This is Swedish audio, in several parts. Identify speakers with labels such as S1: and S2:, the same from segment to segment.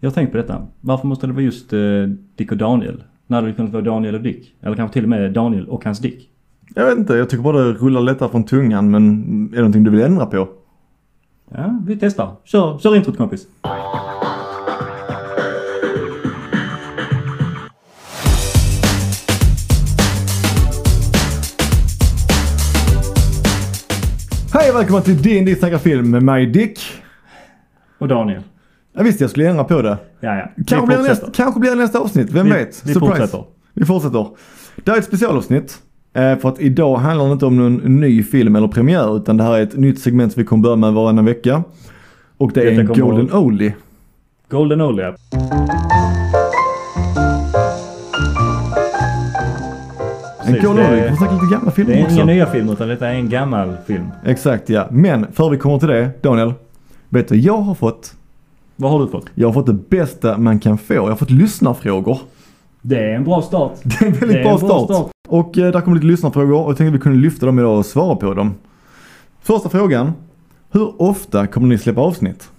S1: Jag har tänkt på detta. Varför måste det vara just eh, Dick och Daniel? När hade det kunnat vara Daniel och Dick? Eller kanske till och med Daniel och hans Dick?
S2: Jag vet inte, jag tycker bara det rullar lättare från tungan men är det någonting du vill ändra på?
S1: Ja, vi testar. Kör, kör introt kompis.
S2: Hej och välkomna till D&D snackar film med mig Dick.
S1: Och Daniel.
S2: Jag visste jag skulle ändra på det.
S1: Ja, ja. Vi
S2: Kanske blir, det
S1: fortsätter.
S2: nästa, kanske blir det nästa avsnitt, vem
S1: Vi-
S2: vet?
S1: vi fortsätter.
S2: Vi fortsätter. Det här är ett specialavsnitt. eh, För att idag handlar det inte om någon ny film eller premiär utan det här är ett nytt segment som vi kommer börja med varannan vecka. Och det är
S1: Detta
S2: en
S1: kommer-
S2: Golden Oldie.
S1: Golden Oldie. ja.
S2: En
S1: Precis,
S2: Golden Oldie, vi
S1: det-
S2: kommer snacka lite gamla filmer
S1: Det är
S2: också.
S1: inga nya filmer utan detta är en gammal film.
S2: Exakt ja, men före vi kommer till det, Daniel. Vet du vad jag har fått?
S1: Vad har du fått?
S2: Jag har fått det bästa man kan få. Jag har fått lyssnarfrågor.
S1: Det är en bra start.
S2: Det är en väldigt
S1: Det är
S2: bra,
S1: en bra
S2: start.
S1: start.
S2: Och eh, där kommer lite lyssnarfrågor och jag tänkte att vi kunde lyfta dem idag och svara på dem. Första frågan. Hur ofta kommer ni släppa avsnitt?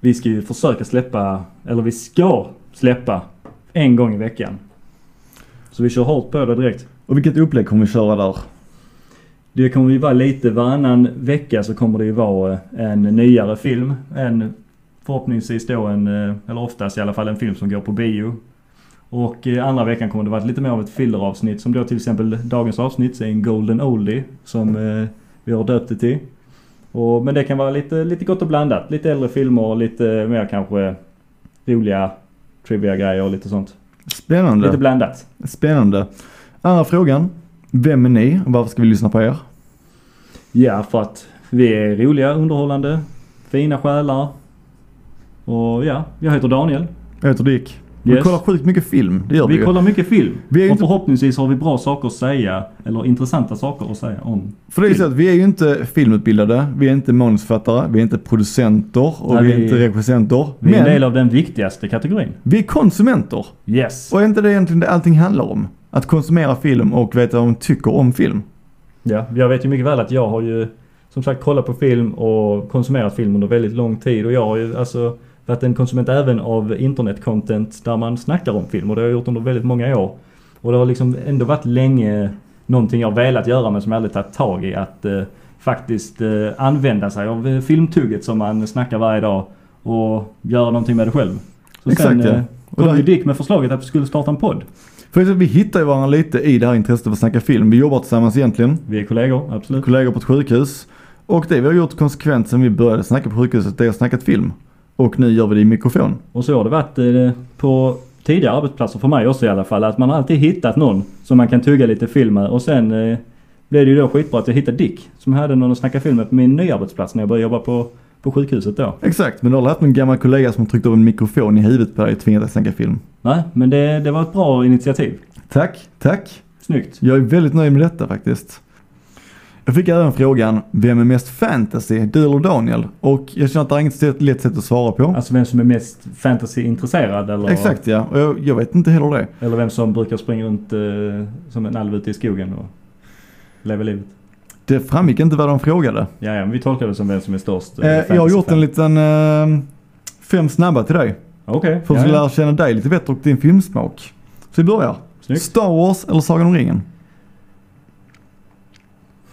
S1: Vi ska ju försöka släppa, eller vi ska släppa en gång i veckan. Så vi kör hårt på det direkt.
S2: Och vilket upplägg kommer vi köra där?
S1: Det kommer ju vara lite varannan vecka så kommer det ju vara eh, en nyare film. En, förhoppningsvis då en, eh, eller oftast i alla fall en film som går på bio. Och eh, andra veckan kommer det vara lite mer av ett filleravsnitt som då till exempel dagens avsnitt är en Golden Oldie som eh, vi har döpt det till. Och, men det kan vara lite, lite gott och blandat. Lite äldre filmer, lite mer kanske roliga trivia grejer och lite sånt.
S2: Spännande.
S1: Lite blandat.
S2: Spännande. Andra frågan. Vem är ni? Varför ska vi lyssna på er?
S1: Ja, för att vi är roliga, underhållande, fina själar. Och ja, jag heter Daniel.
S2: Jag heter Dick. Vi
S1: Yes.
S2: kollar sjukt mycket film. Det gör vi,
S1: Vi kollar mycket film.
S2: Vi är ju
S1: och
S2: inte-
S1: förhoppningsvis har vi bra saker att säga, eller intressanta saker att säga om.
S2: ju. För det är ju så att vi är ju inte filmutbildade. Vi är inte manusförfattare. Vi är inte producenter. Och
S1: Nej,
S2: vi är
S1: vi-
S2: inte regissenter.
S1: Vi är en del
S2: Men
S1: av den viktigaste kategorin.
S2: vi är konsumenter.
S1: Yes.
S2: Och är inte det egentligen det allting handlar om? Att konsumera film och veta vad man tycker om film.
S1: Ja, jag vet ju mycket väl att jag har ju som sagt kollat på film och konsumerat film under väldigt lång tid. Och jag har ju alltså varit en konsument även av internetcontent där man snackar om film. Och det har jag gjort under väldigt många år. Och det har liksom ändå varit länge någonting jag velat göra men som jag aldrig tagit tag i. Att eh, faktiskt eh, använda sig av eh, filmtugget som man snackar varje dag och göra någonting med det själv. Så
S2: Exakt,
S1: sen
S2: ja.
S1: eh,
S2: Och
S1: kom
S2: där-
S1: ju Dick med förslaget att vi skulle starta en podd.
S2: För det är så att vi hittar ju varandra lite i det här intresset av att snacka film. Vi jobbar tillsammans egentligen.
S1: Vi är kollegor, absolut.
S2: Kollegor på ett sjukhus. Och det vi har gjort konsekvent sedan vi började snacka på sjukhuset, det är att snackat film. Och nu gör vi det i mikrofon.
S1: Och så har det varit eh, på tidigare arbetsplatser för mig också i alla fall. Att man har alltid hittat någon som man kan tugga lite film med. Och sen eh, blev det ju då skitbra att jag hittade Dick. Som hade någon att snacka film med på min nya arbetsplats när jag började jobba på, på sjukhuset då.
S2: Exakt, men du har aldrig haft någon gammal kollega som tryckt upp en mikrofon i huvudet på dig och tvingat dig att snacka film.
S1: Nej, men det, det var ett bra initiativ.
S2: Tack, tack.
S1: Snyggt.
S2: Jag är väldigt nöjd med detta faktiskt. Jag fick även frågan, vem är mest fantasy? Du eller Daniel? Och jag känner att det är inget sätt- lätt sätt att svara på.
S1: Alltså vem som är mest fantasyintresserad eller,
S2: Exakt ja, och jag, jag vet inte heller det.
S1: eller vem som brukar springa runt eh, som en alv ute i skogen och leva livet.
S2: Det framgick inte vad de frågade.
S1: Ja, ja, men vi tolkar det som vem som är störst. eh,
S2: Eh, jag har gjort
S1: fantasyfan.
S2: en liten eh, fem snabba till dig.
S1: Okej.
S2: För att
S1: ja, ja.
S2: lära känna dig lite bättre och din filmsmak. Så vi börjar.
S1: Snyggt.
S2: Star Wars eller Sagan om ringen?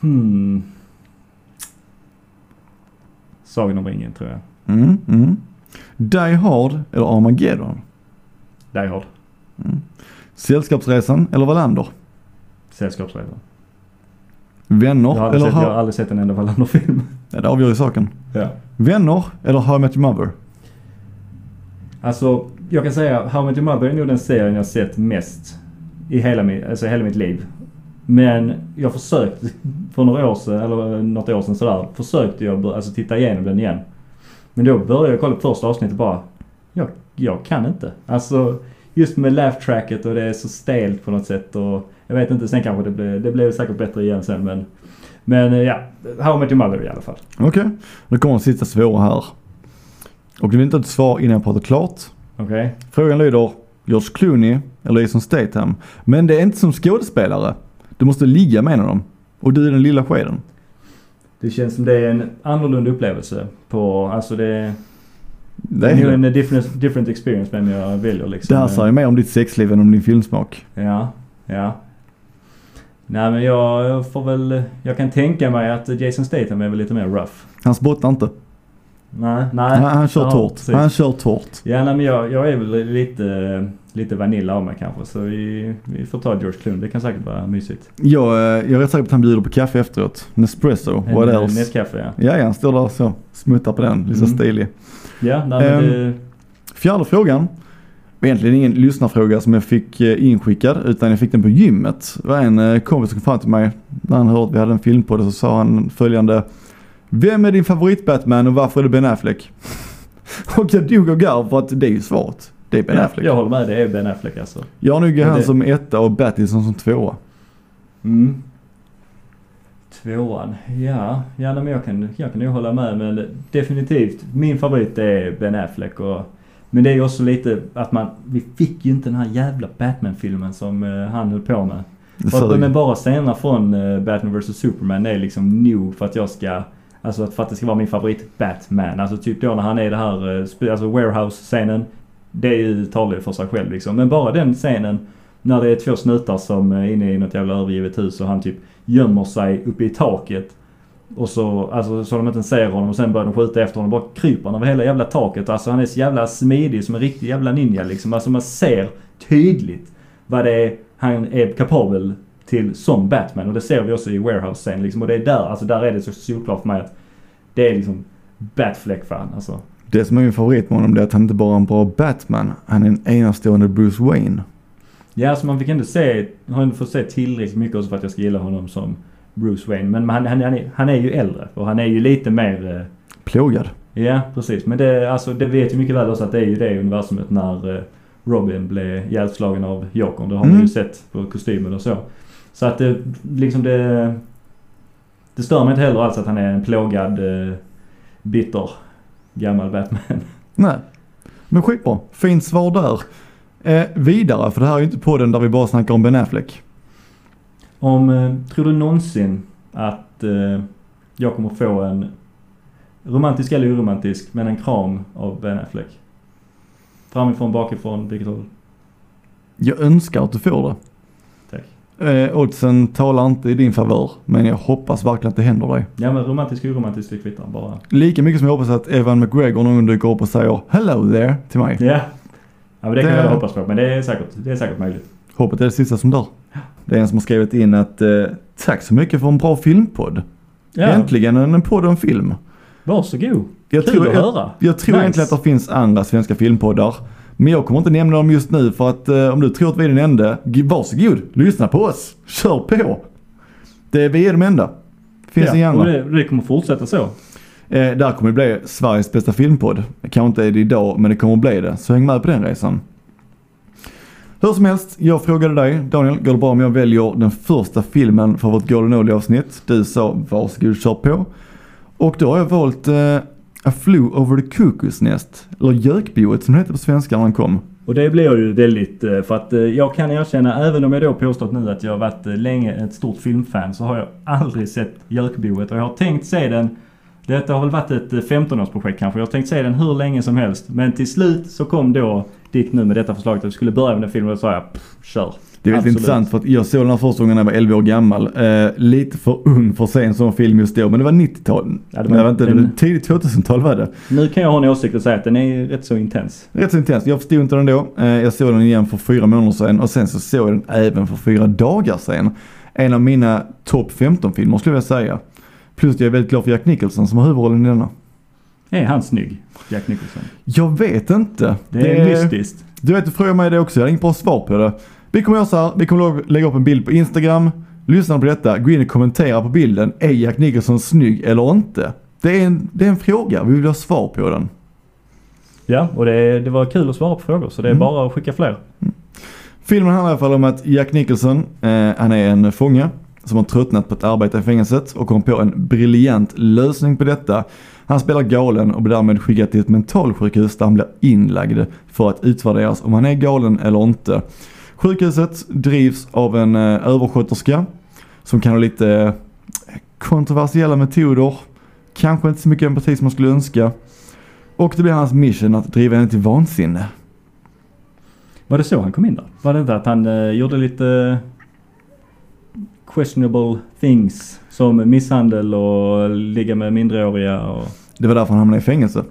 S1: Hmm. Sagan om ringen tror jag.
S2: Mm, mm. Die Hard eller Armageddon? Mm.
S1: Die Hard.
S2: Sällskapsresan eller Wallander?
S1: Sällskapsresan.
S2: Vänner
S1: Jag har, aldrig
S2: eller...
S1: sett, jag har
S2: Har...
S1: aldrig sett en enda Wallander-film.
S2: Ja, det avgör ju saken.
S1: Ja.
S2: Vänner eller How I Met Your Mother?
S1: Alltså, jag kan säga How I Met Your Mother är nog den serien jag sett mest i hela, mi, alltså, hela mitt liv. Men jag försökte för några år sedan, eller eh, något år sedan sådär, försökte jag bör- alltså, titta igenom den igen. Men då började jag kolla på första avsnittet bara, jag, jag kan inte. Alltså, just med laugh tracket och det är så stelt på något sätt och jag vet inte, sen kanske det blev, det blev säkert bättre igen sen men. Men eh, ja, How I Met Your Mother i alla fall.
S2: Okej, nu kommer den sista svåra här. Och du vill inte ha ett svar innan jag pratar klart.
S1: Okej?
S2: Frågan lyder George Clooney eller Jason Statham. Men det är inte som skådespelare. Du måste ligga med en av dem. Och du är den lilla skeden.
S1: Det känns som det är en annorlunda upplevelse på, alltså det
S2: Det
S1: Det
S2: är
S1: är
S2: det.
S1: en different, different experience vem jag väljer liksom.
S2: Det här säger mer om ditt sexliv än om din filmsmak.
S1: Ja, ja. Nej men jag får väl... Jag kan tänka mig att Jason Statham är väl lite mer rough.
S2: Han spottar inte.
S1: Nej, nej.
S2: Han, han kör
S1: Ja,
S2: torrt.
S1: precis.
S2: Han kör torrt.
S1: Ja, nej, men jag, jag är väl lite, lite vanilla av mig kanske. Så vi, vi får ta George Clooney. Det kan säkert vara mysigt.
S2: Jag, eh, jag är rätt säker på att han bjuder på kaffe efteråt. Nespresso,
S1: En,
S2: what
S1: eh,
S2: else?
S1: Nescafé, ja.
S2: Ja, ja, han står där och så. Smuttar på den, lite
S1: Mm.
S2: stilig.
S1: Ja, nej, men
S2: Ehm,
S1: det,
S2: Fjärde frågan. Egentligen ingen lyssnarfråga som jag fick eh, inskickad utan jag fick den på gymmet. Det var en eh, kompis som kom fram till mig när han hörde att vi hade en film på det så sa han följande. Vem är din favorit Batman och varför är det Ben Affleck? och jag dog av garv för att det är ju svaret. Det är Ben
S1: ja,
S2: Affleck.
S1: jag håller med. Det är Ben Affleck alltså.
S2: Jag har nog
S1: Men
S2: han
S1: det-
S2: som etta och Battison som tvåa.
S1: Mm. Tvåan, ja. ja nej, men jag, kan, jag kan nog hålla med men definitivt min favorit är Ben Affleck. Och, men det är ju också lite att man, vi fick ju inte den här jävla Batman-filmen som eh, han höll på med.
S2: Det
S1: För att,
S2: sög.
S1: men bara scener från eh, Batman vs Superman är liksom nog för att jag ska Alltså att- för att det ska vara min favorit Batman. Alltså typ då när han är i det här eh, sp- alltså warehouse-scenen. Det är ju talar ju för sig själv liksom. Men bara den scenen när det är två snutar som eh, är inne i något jävla övergivet hus och han typ gömmer sig uppe i taket. Och så, alltså så de inte ens ser honom och sen börjar de skjuta efter honom. Bara kryper han över hela jävla taket. Alltså han är så jävla smidig som en riktig jävla ninja liksom. Alltså man ser tydligt vad det är han är kapabel till som Batman. Och det ser vi också i Warehouse-scenen liksom. Och det är där, alltså där är det så solklart för mig att det är liksom Batfleck-fan alltså.
S2: Det som är min favorit med honom det är att han inte bara är en bra Batman. Han är en enastående Bruce Wayne.
S1: Ja, alltså man fick ändå se, har ändå fått se tillräckligt mycket också för att jag ska gilla honom som Bruce Wayne. Men han, han, han, är, han är ju äldre och han är ju lite mer eh,
S2: Plågad.
S1: Ja, precis. Men det, alltså, det vet ju mycket väl också att det är ju det universumet när eh, Robin blev ihjälslagen av Jokern. Det har man
S2: Mm.
S1: ju sett på kostymen och så. Så att det, liksom det... Det stör mig inte heller alls att han är en plågad, eh, bitter, gammal Batman.
S2: Nej. Men skitbra. Fint svar där. Eh, vidare, för det här är ju inte podden där vi bara snackar om Ben Affleck.
S1: Om, eh, tror du någonsin att eh, jag kommer få en, romantisk eller oromantisk, men en kram av Ben Affleck? Framifrån, bakifrån, vilket håll?
S2: Jag önskar att du får det.
S1: Tack.
S2: Eh, oddsen talar inte i din favör, men jag hoppas verkligen att det händer dig.
S1: Ja men romantisk, oromantisk, det kvittar bara.
S2: Lika mycket som jag hoppas att Evan McGregor någon gång dyker upp och säger “Hello there” till mig.
S1: Ja. Ja men det kan
S2: Det-
S1: jag väl hoppas på. Men det är säkert, det är säkert möjligt.
S2: Hoppet är det sista som dör. Det är en som har skrivit in att eh, “Tack så mycket för en bra filmpodd. Äntligen en en podd om film”.
S1: Varsågod.
S2: Jag
S1: Kul
S2: tror,
S1: att
S2: jag,
S1: höra.
S2: jag tror
S1: Nice.
S2: egentligen att det finns andra svenska filmpoddar. Men jag kommer inte nämna dem just nu för att eh, om du tror att vi är den enda, g- varsågod, lyssna på oss. Kör på. Det är vi är de enda. Finns
S1: Ja,
S2: inga andra.
S1: och det, det kommer fortsätta så.
S2: Eh, där kommer det bli Sveriges bästa filmpodd. Kanske inte är det idag, men det kommer att bli det. Så häng med på den resan. Hur som helst, jag frågade dig, Daniel, går det bra om jag väljer den första filmen för vårt Golden Ollie avsnitt? Du sa varsågod kör på. Och då har jag valt eh, A Flew Over the Cuckoo's Nest, eller Gökboet som det hette på svenska när den kom.
S1: Och det blir ju väldigt, eh, för att eh, jag kan erkänna, även om jag då påstått nu att jag varit eh, länge ett stort filmfan, så har jag aldrig sett Jökboet. Och jag har tänkt se den, detta har väl varit ett eh, 15-årsprojekt kanske, jag har tänkt se den hur länge som helst. Men till slut så kom då ditt nu med detta förslaget att vi skulle börja med den filmen och då sa jag, "Pff, kör.
S2: Det är väldigt
S1: Absolut.
S2: intressant för att jag såg den här första gången när jag var 11 år gammal. Eh, lite för ung för att se en sån film just då, men det var 90-tal.
S1: Ja, det
S2: det
S1: var-
S2: var, inte,
S1: den-
S2: tidigt 2000-tal var det.
S1: Nu kan jag ha en åsikt och säga att den är ju rätt så intens.
S2: Rätt så intens. Jag förstod inte den då. Eh, Jag såg den igen för fyra månader sedan och sen så såg jag den även för fyra dagar sedan. En av mina topp 15 filmer skulle jag säga. Plus att jag är väldigt glad för Jack Nicholson som har huvudrollen i denna.
S1: Är han snygg, Jack Nicholson?
S2: Jag vet inte.
S1: Det är mystiskt.
S2: Du vet, du frågar mig det också. Jag har inget bra svar på det. Vi kommer göra så här. Vi kommer lå- lägga upp en bild på Instagram. Lyssna på detta. Gå in och kommentera på bilden. Är Jack Nicholson snygg eller inte? Det är en, det är en fråga. Vi vill ha svar på den.
S1: Ja, och det, det var kul att svara på frågor så det är
S2: Mm.
S1: bara att skicka fler.
S2: Filmen handlar i alla fall om att Jack Nicholson, eh, han är en fånge som har tröttnat på att arbeta i fängelset och kom på en briljant lösning på detta. Han spelar galen och blir därmed skickad till ett mentalsjukhus där han blir inlagd för att utvärderas om han är galen eller inte. Sjukhuset drivs av en eh, översköterska som kan ha lite eh, kontroversiella metoder. Kanske inte så mycket empati som man skulle önska. Och det blir hans mission att driva henne till vansinne.
S1: Var det så han kom in där? Var det inte att han eh, gjorde lite questionable things? Som misshandel och ligga med minderåriga och...
S2: Det var därför han hamnade i fängelse.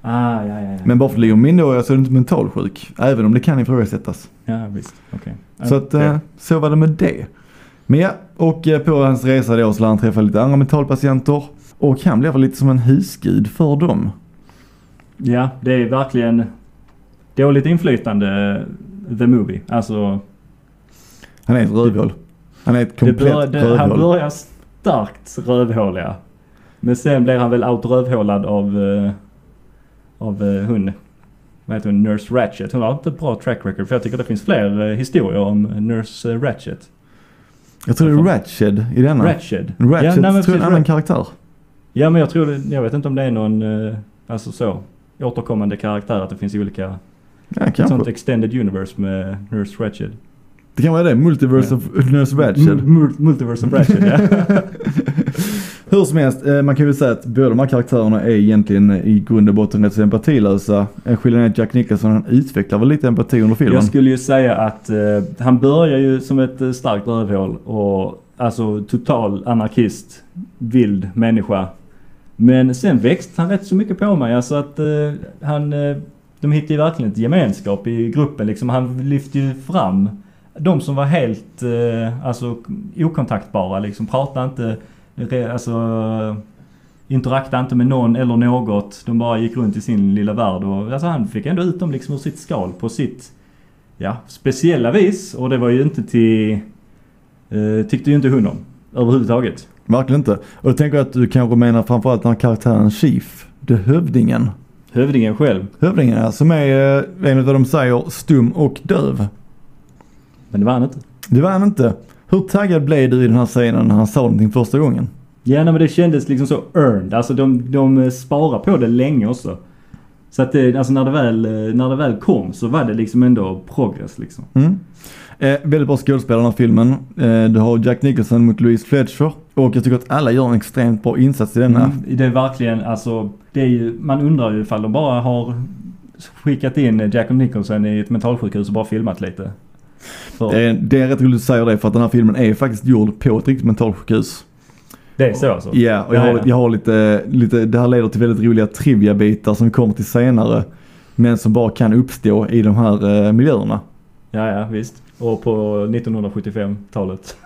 S1: Ah, ja, ja, ja.
S2: Men bara för att ligga minderåriga så är du inte mentalsjuk. Även om det kan ifrågasättas.
S1: Ja, visst. Okej.
S2: Så att, eh,
S1: Ja.
S2: så var det med det. Men ja, och eh, på hans resa då så lär han träffa lite andra mentalpatienter. Och han blev väl lite som en husgud för dem.
S1: Ja, det är verkligen dåligt inflytande, eh, the movie. Alltså,
S2: Han är ett rövhål. Han är ett
S1: det
S2: komplett
S1: bör, det, han
S2: rövhål.
S1: börjar starkt rövhåliga. Men sen blir han väl outrövhålad av, eh, av eh, hon, vad heter hon, Nurse Ratchet. Hon har inte bra track record för jag tycker det finns fler eh, historier om Nurse eh, Ratchet.
S2: Jag tror det är Ratched i denna.
S1: Ratchet.
S2: Ratched
S1: Ja, nej, men
S2: tror jag är en
S1: precis,
S2: annan
S1: Ra-
S2: karaktär.
S1: Ja men jag tror det, jag vet inte om det är någon, eh, alltså så, återkommande karaktär att det finns olika,
S2: Ja,
S1: ett sånt typ.
S2: kanske.
S1: extended universe med Nurse Ratched.
S2: Det kan vara det. Multiverse
S1: Ja.
S2: of Nurse Ratched.
S1: M- mul- multiverse of Ratched ja.
S2: Hur som helst, eh, man kan ju säga att båda de här karaktärerna är egentligen eh, i grund och botten rätt så empatilösa. Eh, Skillnaden är att Jack Nicholson han utvecklar väl lite empati under filmen.
S1: Jag skulle ju säga att eh, han börjar ju som ett eh, starkt rövhål och alltså total anarkist, vild människa. Men sen växte han rätt så mycket på mig. Alltså att eh, han, eh, de hittade ju verkligen ett gemenskap i gruppen liksom. Han lyfte ju fram de som var helt eh, alltså, okontaktbara liksom. Pratade inte, re, alltså interaktade inte med någon eller något. De bara gick runt i sin lilla värld och alltså, han fick ändå ut dem liksom ur sitt skal på sitt ja, speciella vis. Och det var ju inte till... Eh, tyckte ju inte hon om. Överhuvudtaget.
S2: Verkligen inte. Och då tänker jag att du kanske menar framförallt den här karaktären Chief. Det är hövdingen.
S1: Hövdingen själv.
S2: Hövdingen ja, som är, eh, enligt vad de säger, stum och döv.
S1: Men det var han inte.
S2: Det var han inte. Hur taggad blev du i den här scenen när han sa någonting första gången?
S1: Ja, nej, men det kändes liksom så earned. Alltså de, de eh, sparar på det länge också. Så att det, alltså när det, väl, eh, när det väl kom så var det liksom ändå progress liksom.
S2: Mm. Eh, väldigt bra skådespelare i den här filmen. Eh, du har Jack Nicholson mot Louise Fletcher. Och jag tycker att alla gör en extremt bra insats i denna.
S1: Mm, det är verkligen alltså, det är ju, man undrar ju ifall de bara har skickat in Jack Nicholson i ett mentalsjukhus och bara filmat lite. För,
S2: Eh, det är rätt roligt att säga det för att den här filmen är faktiskt gjord på ett riktigt mentalsjukhus.
S1: det är så alltså?
S2: Ja, och jag
S1: Ja,
S2: har,
S1: ja.
S2: jag har lite, lite, det här leder till väldigt roliga trivia-bitar som vi kommer till senare. Men som bara kan uppstå i de här eh, miljöerna.
S1: Ja, ja, visst. Och på 1975-talet.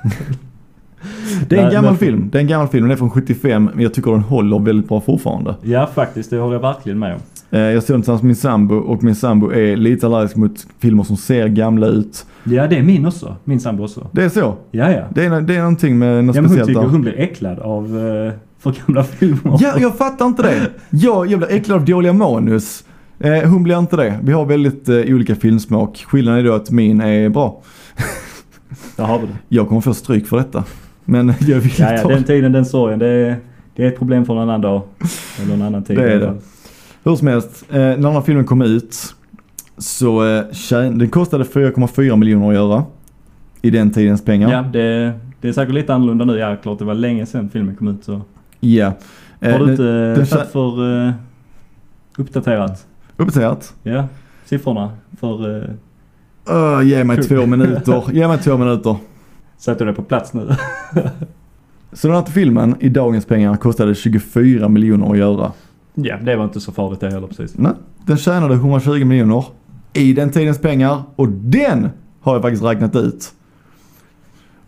S2: Det är en
S1: Nej,
S2: gammal
S1: men-
S2: film. Det är en gammal film. Den är från 75 men jag tycker den håller väldigt bra fortfarande.
S1: Ja, faktiskt. Det håller jag verkligen med om.
S2: Eh, jag såg den tillsammans med min sambo och min sambo är lite allergisk mot filmer som ser gamla ut.
S1: Ja, det är min också. Min sambo också.
S2: Det är så.
S1: Ja, ja.
S2: Det är, det är någonting med något
S1: ja men hon
S2: speciellt
S1: tycker
S2: där.
S1: hon blir äcklad av eh, för gamla filmer.
S2: Ja, jag fattar inte det. Jag, jag blir äcklad av dåliga manus. Eh, hon blir inte det. Vi har väldigt eh, olika filmsmak. Skillnaden är då att min är bra.
S1: Där har vi det.
S2: Jag kommer få stryk för detta. Men jag vill
S1: Ja, ja,
S2: ta
S1: den tiden, den sorgen. Det är, det är ett problem för en annan dag. Eller en annan tid.
S2: Det är
S1: i alla
S2: det.
S1: fall.
S2: Hur som helst, eh, när den här filmen kom ut så eh, tjän- den kostade 4,4 miljoner att göra. I den tidens pengar.
S1: Ja, det, det är säkert lite annorlunda nu. Ja, klart det var länge sedan filmen kom ut så.
S2: Ja. Eh,
S1: Har du
S2: den-
S1: inte eh,
S2: den-
S1: satt för eh, uppdaterat?
S2: Uppdaterat.
S1: Ja, siffrorna för... Eh,
S2: Öh, ge mig
S1: Kul.
S2: två minuter. Ge mig två minuter.
S1: sätter det på plats nu?
S2: Så den här filmen i dagens pengar kostade 24 miljoner att göra.
S1: ja, det var inte så farligt det heller precis.
S2: Nej, den tjänade 120 miljoner i den tidens pengar och den har jag faktiskt räknat ut.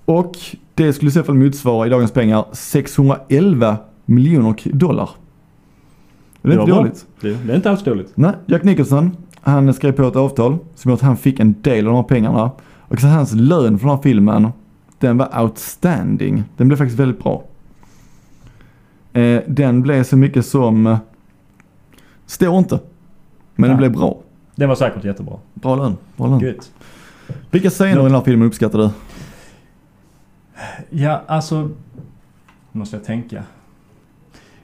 S2: Och det skulle i så fall motsvara i dagens pengar 611 miljoner k- dollar. Det är
S1: Det var
S2: inte
S1: bra.
S2: dåligt.
S1: Det, det är inte alls dåligt.
S2: Nej, Jack Nicholson, han skrev på ett avtal som gjorde att han fick en del av de här pengarna. Och så hans lön från den här filmen, den var outstanding. Den blev faktiskt väldigt bra. Eh, den blev så mycket som... eh, Står inte. Men den
S1: Nej.
S2: blev bra.
S1: Den var säkert jättebra.
S2: Bra lön. Bra lön.
S1: Gött.
S2: Vilka scener i den här filmen uppskattar du?
S1: Ja, alltså... nu Måste jag tänka.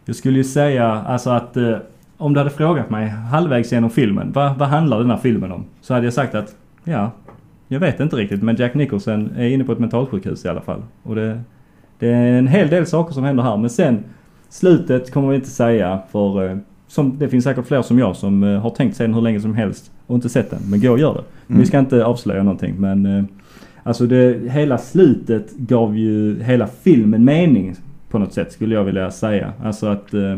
S1: Jag skulle ju säga alltså att eh, om du hade frågat mig halvvägs genom filmen, vad, vad handlar den här filmen om? Så hade jag sagt att, ja, jag vet inte riktigt men Jack Nicholson är inne på ett mentalsjukhus i alla fall. Och det, det är en hel del saker som händer här men sen, slutet kommer vi inte säga för eh, Som, det finns säkert fler som jag som eh, har tänkt se den hur länge som helst och inte sett den. Men gå och gör det.
S2: Mm.
S1: Vi ska inte avslöja någonting men eh, Alltså det, hela slutet gav ju hela filmen mening på något sätt skulle jag vilja säga. Alltså att eh,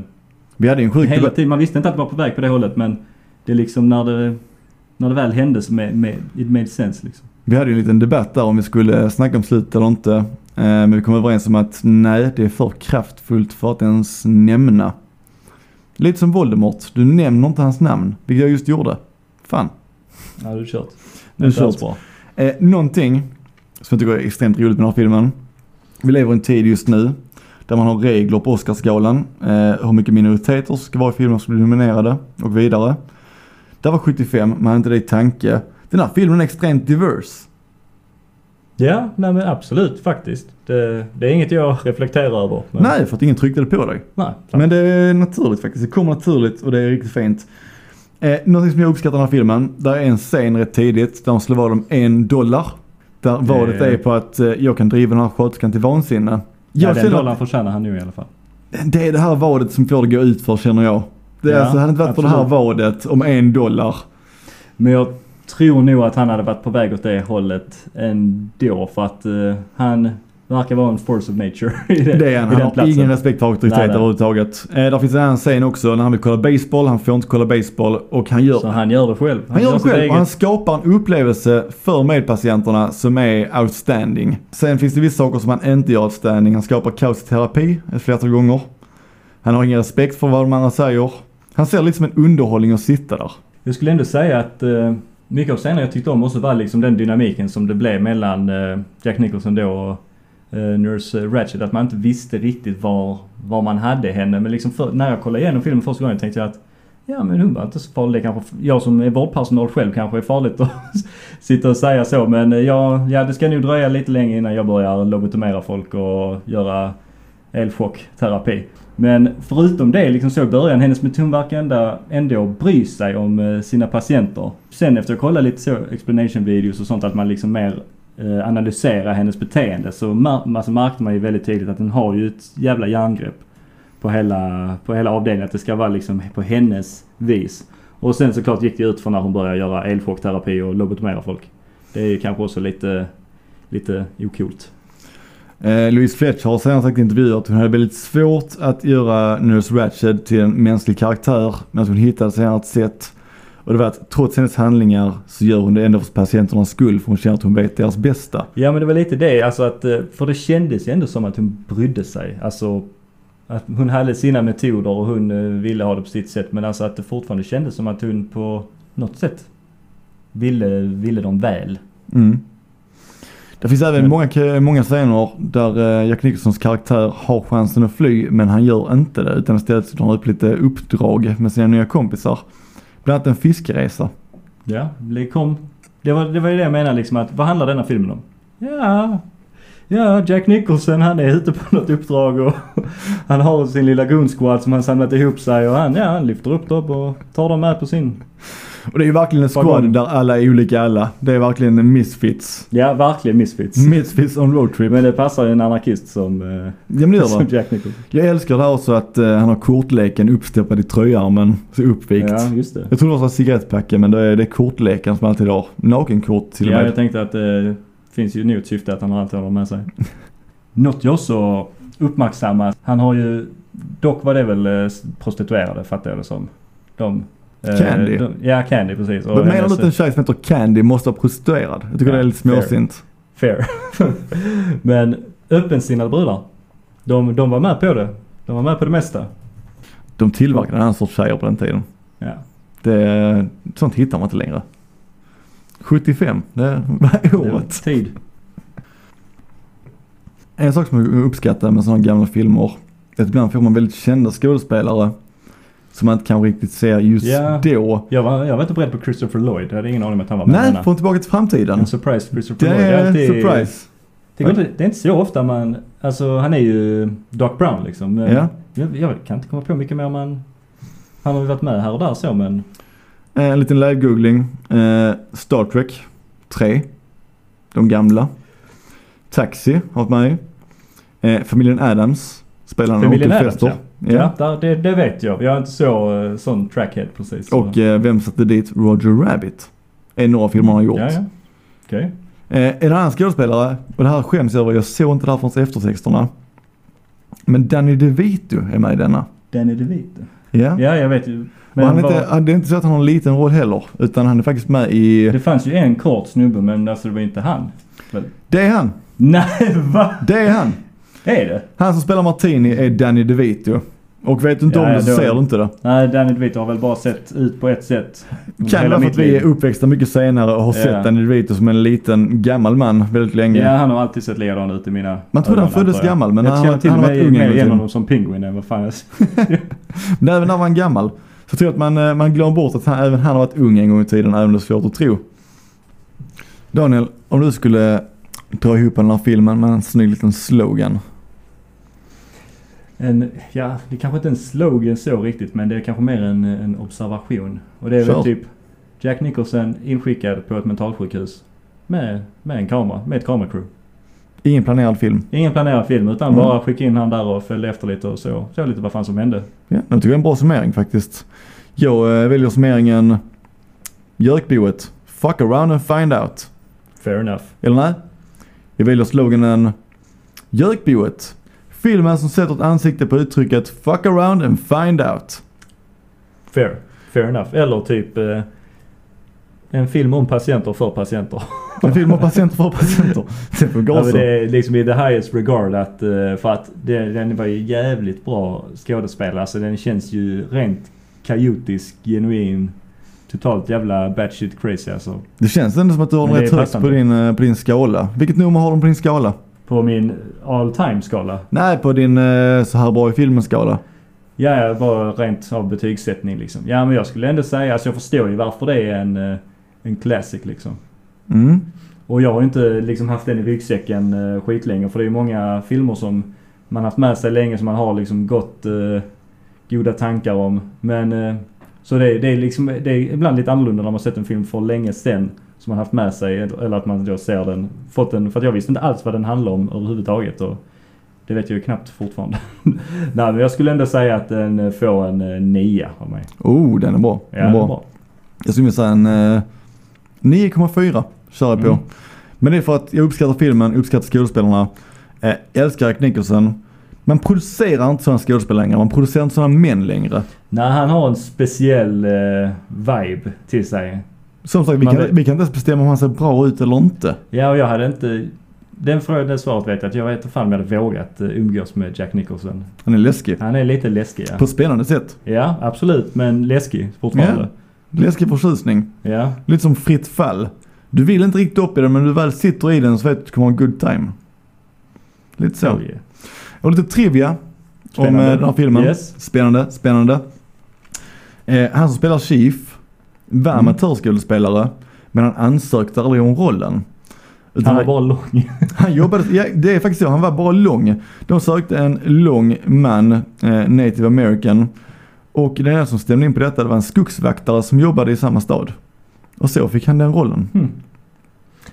S2: Vi hade ju en sjuk
S1: hela
S2: debatt.
S1: tiden, man visste inte att det var på väg på det hållet men det är liksom när det, när det väl hände så med, med, it made sense liksom.
S2: Vi hade ju en liten debatt där om vi skulle snacka om slutet eller inte. Eh, Men vi kom överens om att nej, det är för kraftfullt för att ens nämna. Lite som Voldemort, du nämner inte hans namn, vilket jag just gjorde. Fan.
S1: Ja, det är kört.
S2: Det är kört. Eh, någonting som jag tycker är extremt roligt med den här filmen. Vi lever i en tid just nu där man har regler på Oscarsgalan. Eh, hur mycket minoriteter ska vara i filmer som blir nominerade och vidare. Där var 75, man hade inte det i tanke. Den här filmen är extremt diverse.
S1: Ja, nej men absolut faktiskt. Det, det är inget jag reflekterar över. Men,
S2: Nej, för att ingen tryckte det på dig.
S1: nej
S2: Men det är naturligt faktiskt. Det kommer naturligt och det är riktigt fint. Eh, någonting som jag uppskattar i den här filmen, där är en scen rätt tidigt där de slår vad om en dollar. Där vadet
S1: Eh.
S2: är på att eh, jag kan driva den här sköterskan till vansinne.
S1: ja,
S2: Jag
S1: den
S2: känner att-
S1: dollarn förtjänar han nu i alla fall.
S2: Det är det här vadet som får det gå ut för känner jag. Det är
S1: Ja,
S2: alltså, hade det inte varit för det här vadet om en dollar.
S1: Men jag tror nog att han hade varit på väg åt det hållet ändå för att eh, han verkar vara en force of nature i, det,
S2: Det är han.
S1: i
S2: Han
S1: den
S2: har
S1: platsen.
S2: ingen respekt för auktoritet
S1: Nej, nej.
S2: överhuvudtaget. Eh, där finns en annan scen också när han vill kolla baseball. Han får inte kolla baseball och han gör
S1: Så han gör det själv.
S2: Han gör det
S1: sitt
S2: själv och han
S1: eget.
S2: skapar en upplevelse för medpatienterna som är outstanding. Sen finns det vissa saker som han inte gör outstanding. Han skapar kaos i terapi ett flertal gånger. Han har ingen respekt för vad de andra säger. Han ser lite som en underhållning att sitta där.
S1: Jag skulle ändå säga att eh, mycket av scenerna jag tyckte om också var liksom den dynamiken som det blev mellan eh, Jack Nicholson då och eh, Nurse Ratched. Att man inte visste riktigt var, var man hade henne. Men liksom för, när jag kollade igenom filmen första gången tänkte jag att ja men hon var inte så farlig. Det Kanske, jag som är vårdpersonal själv kanske är farligt att sitta och säga så. Men eh, ja, ja, det ska nog dröja lite länge innan jag börjar lobotomera folk och göra elchockterapi. Men förutom det liksom så i början, hennes metod verkar ändå, ändå bry sig om eh, sina patienter. Sen efter att kolla lite så explanation videos och sånt att man liksom mer eh, analyserar hennes beteende så mar- alltså märkte man ju väldigt tydligt att den har ju ett jävla järngrepp på hela, på hela avdelningen. Att det ska vara liksom på hennes vis. Och sen såklart gick det ut för när hon började göra elchockterapi och lobotomera folk. Det är ju kanske också lite, lite okult.
S2: Eh, Louise Fletcher har senare sagt i intervjuer att hon hade väldigt svårt att göra Nurse Ratched till en mänsklig karaktär. Men att hon hittade senare ett sätt. Och det var att trots hennes handlingar så gör hon det ändå för patienternas skull. För hon känner att hon vet deras bästa.
S1: Ja men det var lite det, alltså att, eh, för det kändes ju ändå som att hon brydde sig. Alltså att hon hade sina metoder och hon eh, ville ha det på sitt sätt men alltså att det fortfarande kändes som att hon på något sätt ville, ville dem väl.
S2: Mm. Det finns även
S1: Men-
S2: många, många scener där eh, Jack Nicholsons karaktär har chansen att fly men han gör inte det utan istället så tar han upp lite uppdrag med sina nya kompisar. Bland annat en fiskeresa.
S1: Ja, det kom. Det var, det var ju det jag menade liksom att vad handlar denna filmen om? Ja, ja Jack Nicholson han är ute på något uppdrag och han har sin lilla goon squad som han samlat ihop sig och han, ja, han lyfter upp dem och tar dem med på sin.
S2: Och det är ju verkligen en squad
S1: Vagon.
S2: där alla är olika alla. Det är verkligen misfits.
S1: Ja, verkligen misfits.
S2: Misfits on road trip.
S1: Men det passar ju en anarkist som, eh,
S2: Ja men det gör
S1: som
S2: det.
S1: Jack Nicholson.
S2: Jag älskar det här också att eh, han har kortleken uppstoppad i tröjarmen. Så uppvikt.
S1: Ja, just det.
S2: Jag trodde det var en cigarettpacke men det är, det är kortleken som alltid har. Nakenkort till och
S1: Ja,
S2: med.
S1: jag tänkte att eh, det finns ju nog ett syfte att han alltid har dem med sig. Något jag också uppmärksammat, han har ju, dock var det väl eh, prostituerade fattar jag det som. De, eh,
S2: Candy.
S1: De, ja, Candy precis. Och
S2: Men menar du
S1: hennes- eh,
S2: att en tjej som heter Candy måste vara prostituerad? Jag tycker
S1: Ja,
S2: det är lite
S1: fair.
S2: småsint.
S1: Fair. Men öppensinnade brudar. De, de var med på det. De var med på det mesta.
S2: De tillverkade en annan sorts tjejer på den tiden.
S1: Ja.
S2: Det, sånt hittar man inte längre. 75, det var
S1: Det var
S2: året.
S1: Tid.
S2: En sak som jag uppskattar med sådana gamla filmer, är att ibland får man väldigt kända skådespelare som man inte kanske riktigt ser just
S1: Ja.
S2: då.
S1: Jag var, jag var inte beredd på Christopher Lloyd. Jag hade ingen aning om att han var med.
S2: Nej,
S1: denna.
S2: från Tillbaka till framtiden.
S1: En surprise Christopher
S2: Det
S1: Lloyd.
S2: är en
S1: alltid-
S2: surprise.
S1: Det, går inte, det är inte så ofta man... Alltså han är ju Doc Brown liksom. Men
S2: Ja.
S1: jag, jag kan inte komma på mycket mer man... Han har ju varit med här och där så men...
S2: En liten live-googling. Eh, Star Trek 3. De gamla. Taxi har varit med i. Eh, Familjen Adams. Spelar en
S1: Familjen
S2: onkel
S1: Addams,
S2: Fester.
S1: ja. Ja, där, det, det vet jag. Jag är inte så eh, sån trackhead precis. Så.
S2: Och eh, vem satte dit Roger Rabbit? Är några filmer han har gjort.
S1: Ja, Mm. ja. Okej.
S2: Eh, en annan skådespelare, och det här skäms jag över, jag såg inte det här förrän eftertexterna. Men Danny DeVito är med i denna.
S1: Danny DeVito.
S2: Ja.
S1: Ja, jag vet ju.
S2: och han är
S1: var-
S2: inte, han, det är inte så att han har en liten roll heller, utan han är faktiskt med i...
S1: Det fanns ju en kort snubbe men alltså det var inte han.
S2: Det är han!
S1: Nej, va?
S2: Det är han!
S1: Är det?
S2: Han som spelar Martini är Danny DeVito. Och vet du inte
S1: Ja,
S2: om
S1: ja,
S2: det så
S1: då- Mm,
S2: ser du inte det.
S1: Nej, Danny DeVito har väl bara sett ut på ett sätt.
S2: Kan det
S1: hela
S2: vara för
S1: mitt
S2: att vi
S1: liv.
S2: är uppväxta mycket senare och har
S1: Ja.
S2: sett Danny DeVito som en liten gammal man väldigt länge.
S1: Ja, han har alltid sett likadan ut i mina
S2: Man trodde han
S1: ögon,
S2: föddes
S1: antar jag.
S2: gammal, men
S1: jag
S2: han-
S1: känner till
S2: han har
S1: mig
S2: varit ung en
S1: mer
S2: gång till.
S1: igenom honom som pingvin än vad fan jag...
S2: Men även när han var gammal så tror jag att man, eh, man glömmer bort att han, även han har varit ung en gång i tiden, även om det är svårt att tro. Daniel, om du skulle dra ihop den här filmen med en snygg liten slogan.
S1: En, ja, det kanske inte är en slogan så riktigt men det är kanske mer en, en observation. Och det är
S2: Kör.
S1: väl typ Jack Nicholson inskickad på ett mentalsjukhus. Med, med en kamera, med ett kameracrew.
S2: Ingen planerad film.
S1: Ingen planerad film utan
S2: Mm.
S1: bara skicka in han där och följde efter lite och så. Såg lite vad fan som hände.
S2: Ja, det tycker jag är en bra summering faktiskt. Jag eh, väljer summeringen Jökboet. Fuck around and find out.
S1: Fair enough.
S2: Eller nej? Jag väljer sloganen Jökboet. Filmen som sätter ett ansikte på uttrycket Fuck around and find out.
S1: Fair. Fair enough. Eller typ eh, en film om patienter för patienter.
S2: En film om patienter för patienter. Det funkar
S1: Ja, men
S2: också.
S1: det är liksom i the highest regard att, eh, för att det, den var ju jävligt bra skådespelare. Alltså den känns ju rent kaotisk, genuin, totalt jävla batshit crazy alltså.
S2: Det känns ändå som att du har den
S1: Men det
S2: rätt
S1: är
S2: högt på
S1: passande.
S2: din, eh, på din skala. Vilket nummer har de på din skala?
S1: På min all time skala.
S2: Nej, på din eh, så här bra i filmen skala.
S1: Ja, ja, bara rent av betygssättning liksom. Ja, men jag skulle ändå säga, alltså jag förstår ju varför det är en, eh, en classic liksom.
S2: Mm.
S1: Och jag har ju inte liksom haft den i ryggsäcken eh, skitlänge för det är ju många filmer som man haft med sig länge som man har liksom gott eh, goda tankar om. Men eh, så det, är- det är liksom, det är ibland lite annorlunda när man sett en film för länge sen som man haft med sig eller att man då ser den, fått den, för att jag visste inte alls vad den handlar om överhuvudtaget och det vet jag ju knappt fortfarande. Nej men jag skulle ändå säga att den eh, får en eh, nia av mig.
S2: Oh, den är bra.
S1: Ja,
S2: Den är bra. Jag skulle vilja säga en eh, 9,4 kör jag på.
S1: Mm.
S2: Men det är för att jag uppskattar filmen, uppskattar skådespelarna. Eh, älskar Jack Nicholson. Man producerar inte sådana skådespelare längre. Man producerar inte sådana män längre.
S1: Nej han har en speciell eh, vibe till sig.
S2: Som sagt, vi
S1: Man
S2: kan,
S1: vet-
S2: vi kan inte ens bestämma om han ser bra ut eller inte.
S1: Ja, och jag hade inte... Den frågan, det svaret vet jag att jag vet inte fan om jag hade vågat eh, umgås med Jack Nicholson.
S2: Han är läskig.
S1: Han är lite läskig ja.
S2: På ett spännande sätt.
S1: Ja, absolut. Men läskig fortfarande.
S2: Läskig förtjusning.
S1: Ja.
S2: Lite som fritt fall. Du vill inte riktigt upp i den men du väl sitter i den så vet du att du kommer ha en good time. Lite så.
S1: Oj.
S2: Och lite trivia om
S1: Spännande.
S2: eh, den här filmen.
S1: Yes.
S2: Spännande, spännande. Eh, han som spelar Chief var
S1: Mm.
S2: amatörskådespelare men han ansökte aldrig om rollen. Utan
S1: Han var bara lång.
S2: han jobbade, ja, det är faktiskt så, han var bara lång. De sökte en lång man, eh, native american. Och den enda som stämde in på detta det var en skogsvaktare som jobbade i samma stad. Och så fick han den rollen.
S1: Hmm.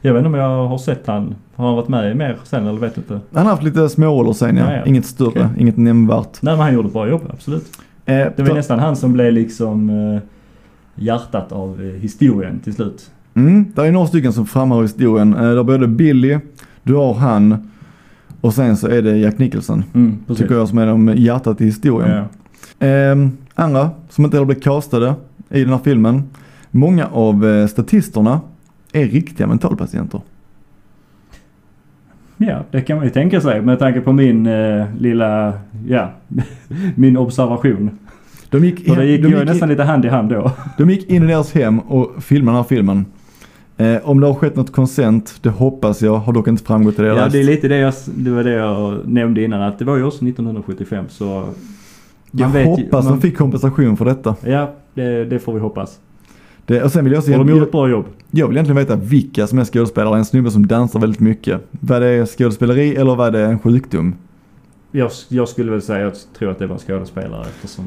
S1: Jag vet inte om jag har sett han. Har han varit med i mer sen eller vet inte.
S2: Han har haft lite småroller sen ja.
S1: Ja, ja.
S2: Inget större,
S1: Okej.
S2: inget nämnvärt.
S1: Nej men han gjorde ett bra jobb, absolut.
S2: Eh,
S1: Det var
S2: ta-
S1: nästan han som blev liksom eh, hjärtat av eh, historien till slut.
S2: mm, där är några stycken som framhäver historien. Eh, där är både Billy, du har han och sen så är det Jack Nicholson.
S1: Mm, precis.
S2: Tycker jag som är de hjärtat i historien.
S1: Ja.
S2: Ehm, andra som inte heller blev castade i den här filmen. Många av eh, statisterna är riktiga mentalpatienter.
S1: Ja, det kan man ju tänka sig med tanke på min eh, lilla, ja, min observation.
S2: De gick,
S1: Så det gick,
S2: de,
S1: ju
S2: gick,
S1: nästan lite hand i hand då.
S2: de gick in i deras hem och filmade den här filmen. Eh, om det har skett något konsent, det hoppas jag, har dock inte framgått i
S1: Ja,
S2: deras.
S1: det är lite det jag, det var det jag nämnde innan att det var ju också 1975 så... Man
S2: jag
S1: ju-
S2: hoppas
S1: man-
S2: de fick kompensation för detta.
S1: Ja, det, det får vi hoppas.
S2: Det, och sen vill jag också,
S1: Och de gjorde
S2: jag,
S1: ett bra jobb.
S2: jag vill egentligen veta vilka som är skådespelare. En snubbe som dansar väldigt mycket. Vad det är skådespeleri eller vad det är en sjukdom?
S1: Jag, jag skulle väl säga, jag tror att det var en skådespelare eftersom...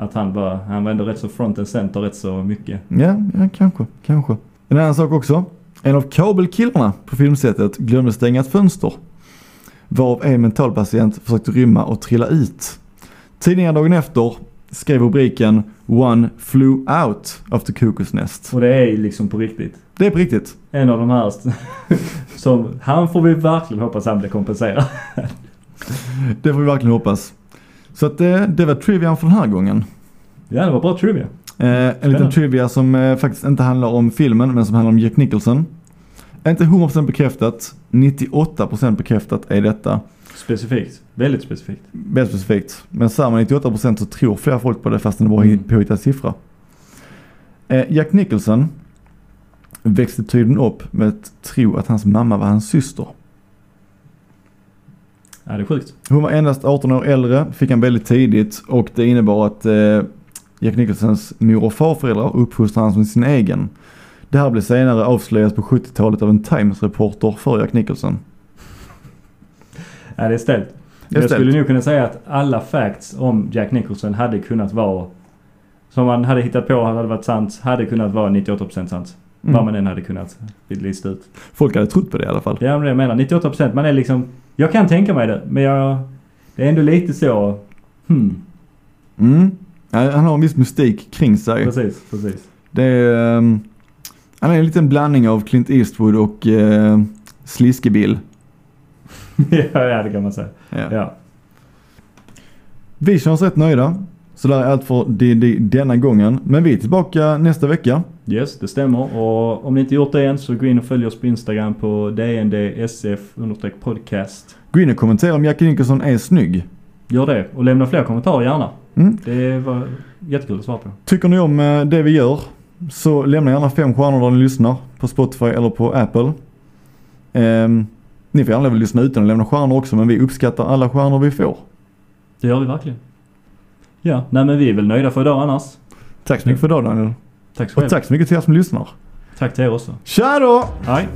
S1: Att han var, han var ändå rätt så front and center rätt så mycket.
S2: Ja, ja kanske, kanske. En annan sak också. En av kabelkillarna på filmsättet glömde stänga ett fönster. Varav en mentalpatient försökte rymma och trilla ut. Tidningen dagen efter skrev rubriken “One flew out of the cuckoo's nest”.
S1: Och det är liksom på riktigt.
S2: Det är på riktigt.
S1: En av de här st- som... Han får vi verkligen hoppas han blir kompenserad.
S2: Det får vi verkligen hoppas. Så att det, det var trivian för den här gången.
S1: Ja, det var bra trivia.
S2: Eh, en liten
S1: Spännande.
S2: trivia som eh, faktiskt inte handlar om filmen men som handlar om Jack Nicholson. Inte 100% bekräftat, 98% bekräftat är detta.
S1: Specifikt. Väldigt specifikt.
S2: Bäst specifikt. Men samma 98% så tror fler folk på det fast det var
S1: Mm.
S2: mm. påhittad siffra. Eh, Jack Nicholson växte tydligen upp med att tro att hans mamma var hans syster.
S1: Ja, det är sjukt.
S2: Hon var endast 18 år äldre, fick han väldigt tidigt och det innebar att eh, Jack Nicholsons mor och farföräldrar uppfostrade han som sin egen. Det här blev senare avslöjat på 70-talet av en Times-reporter för Jack Nicholson.
S1: Ja, det är ställt.
S2: Det
S1: Jag
S2: är
S1: skulle
S2: ställt.
S1: nog kunna säga att alla facts om Jack Nicholson hade kunnat vara... Som man hade hittat på hade varit sant, hade kunnat vara 98% sant. Vad man
S2: Mm.
S1: än hade kunnat lista ut.
S2: Folk hade trott på det i alla fall.
S1: Det är det jag menar. 98% man är liksom... Jag kan tänka mig det, men jag... Det är ändå lite så... Hmm.
S2: Mm. Ja, Han har en viss mystik kring sig.
S1: Precis, precis.
S2: Det är, ehm, han är en liten blandning av Clint Eastwood och eh, Sliskebill.
S1: ja, ja, det kan man säga.
S2: Ja.
S1: Ja.
S2: Vi känns rätt nöjda. Så där är allt för de- de- denna gången. Men vi är tillbaka nästa vecka.
S1: Yes, det stämmer. Och om ni inte gjort det än så gå in och följ oss på Instagram på dndsf-podcast.
S2: Gå in och kommentera om Jack Nicholson är snygg.
S1: Gör det och lämna fler kommentarer gärna.
S2: Mm.
S1: Det var jättekul att svara på.
S2: Tycker ni om eh, det vi gör så lämna gärna fem stjärnor där ni lyssnar. På Spotify eller på Apple. Ehm, ni får gärna lyssna utan att lämna stjärnor också men vi uppskattar alla stjärnor vi får.
S1: Det gör vi verkligen. Ja, nej men vi är väl nöjda för idag annars.
S2: Tack så mycket för idag Daniel.
S1: Tack så
S2: Och
S1: mycket.
S2: tack så mycket till er som lyssnar.
S1: Tack till er också.
S2: Tja då!
S1: Hej.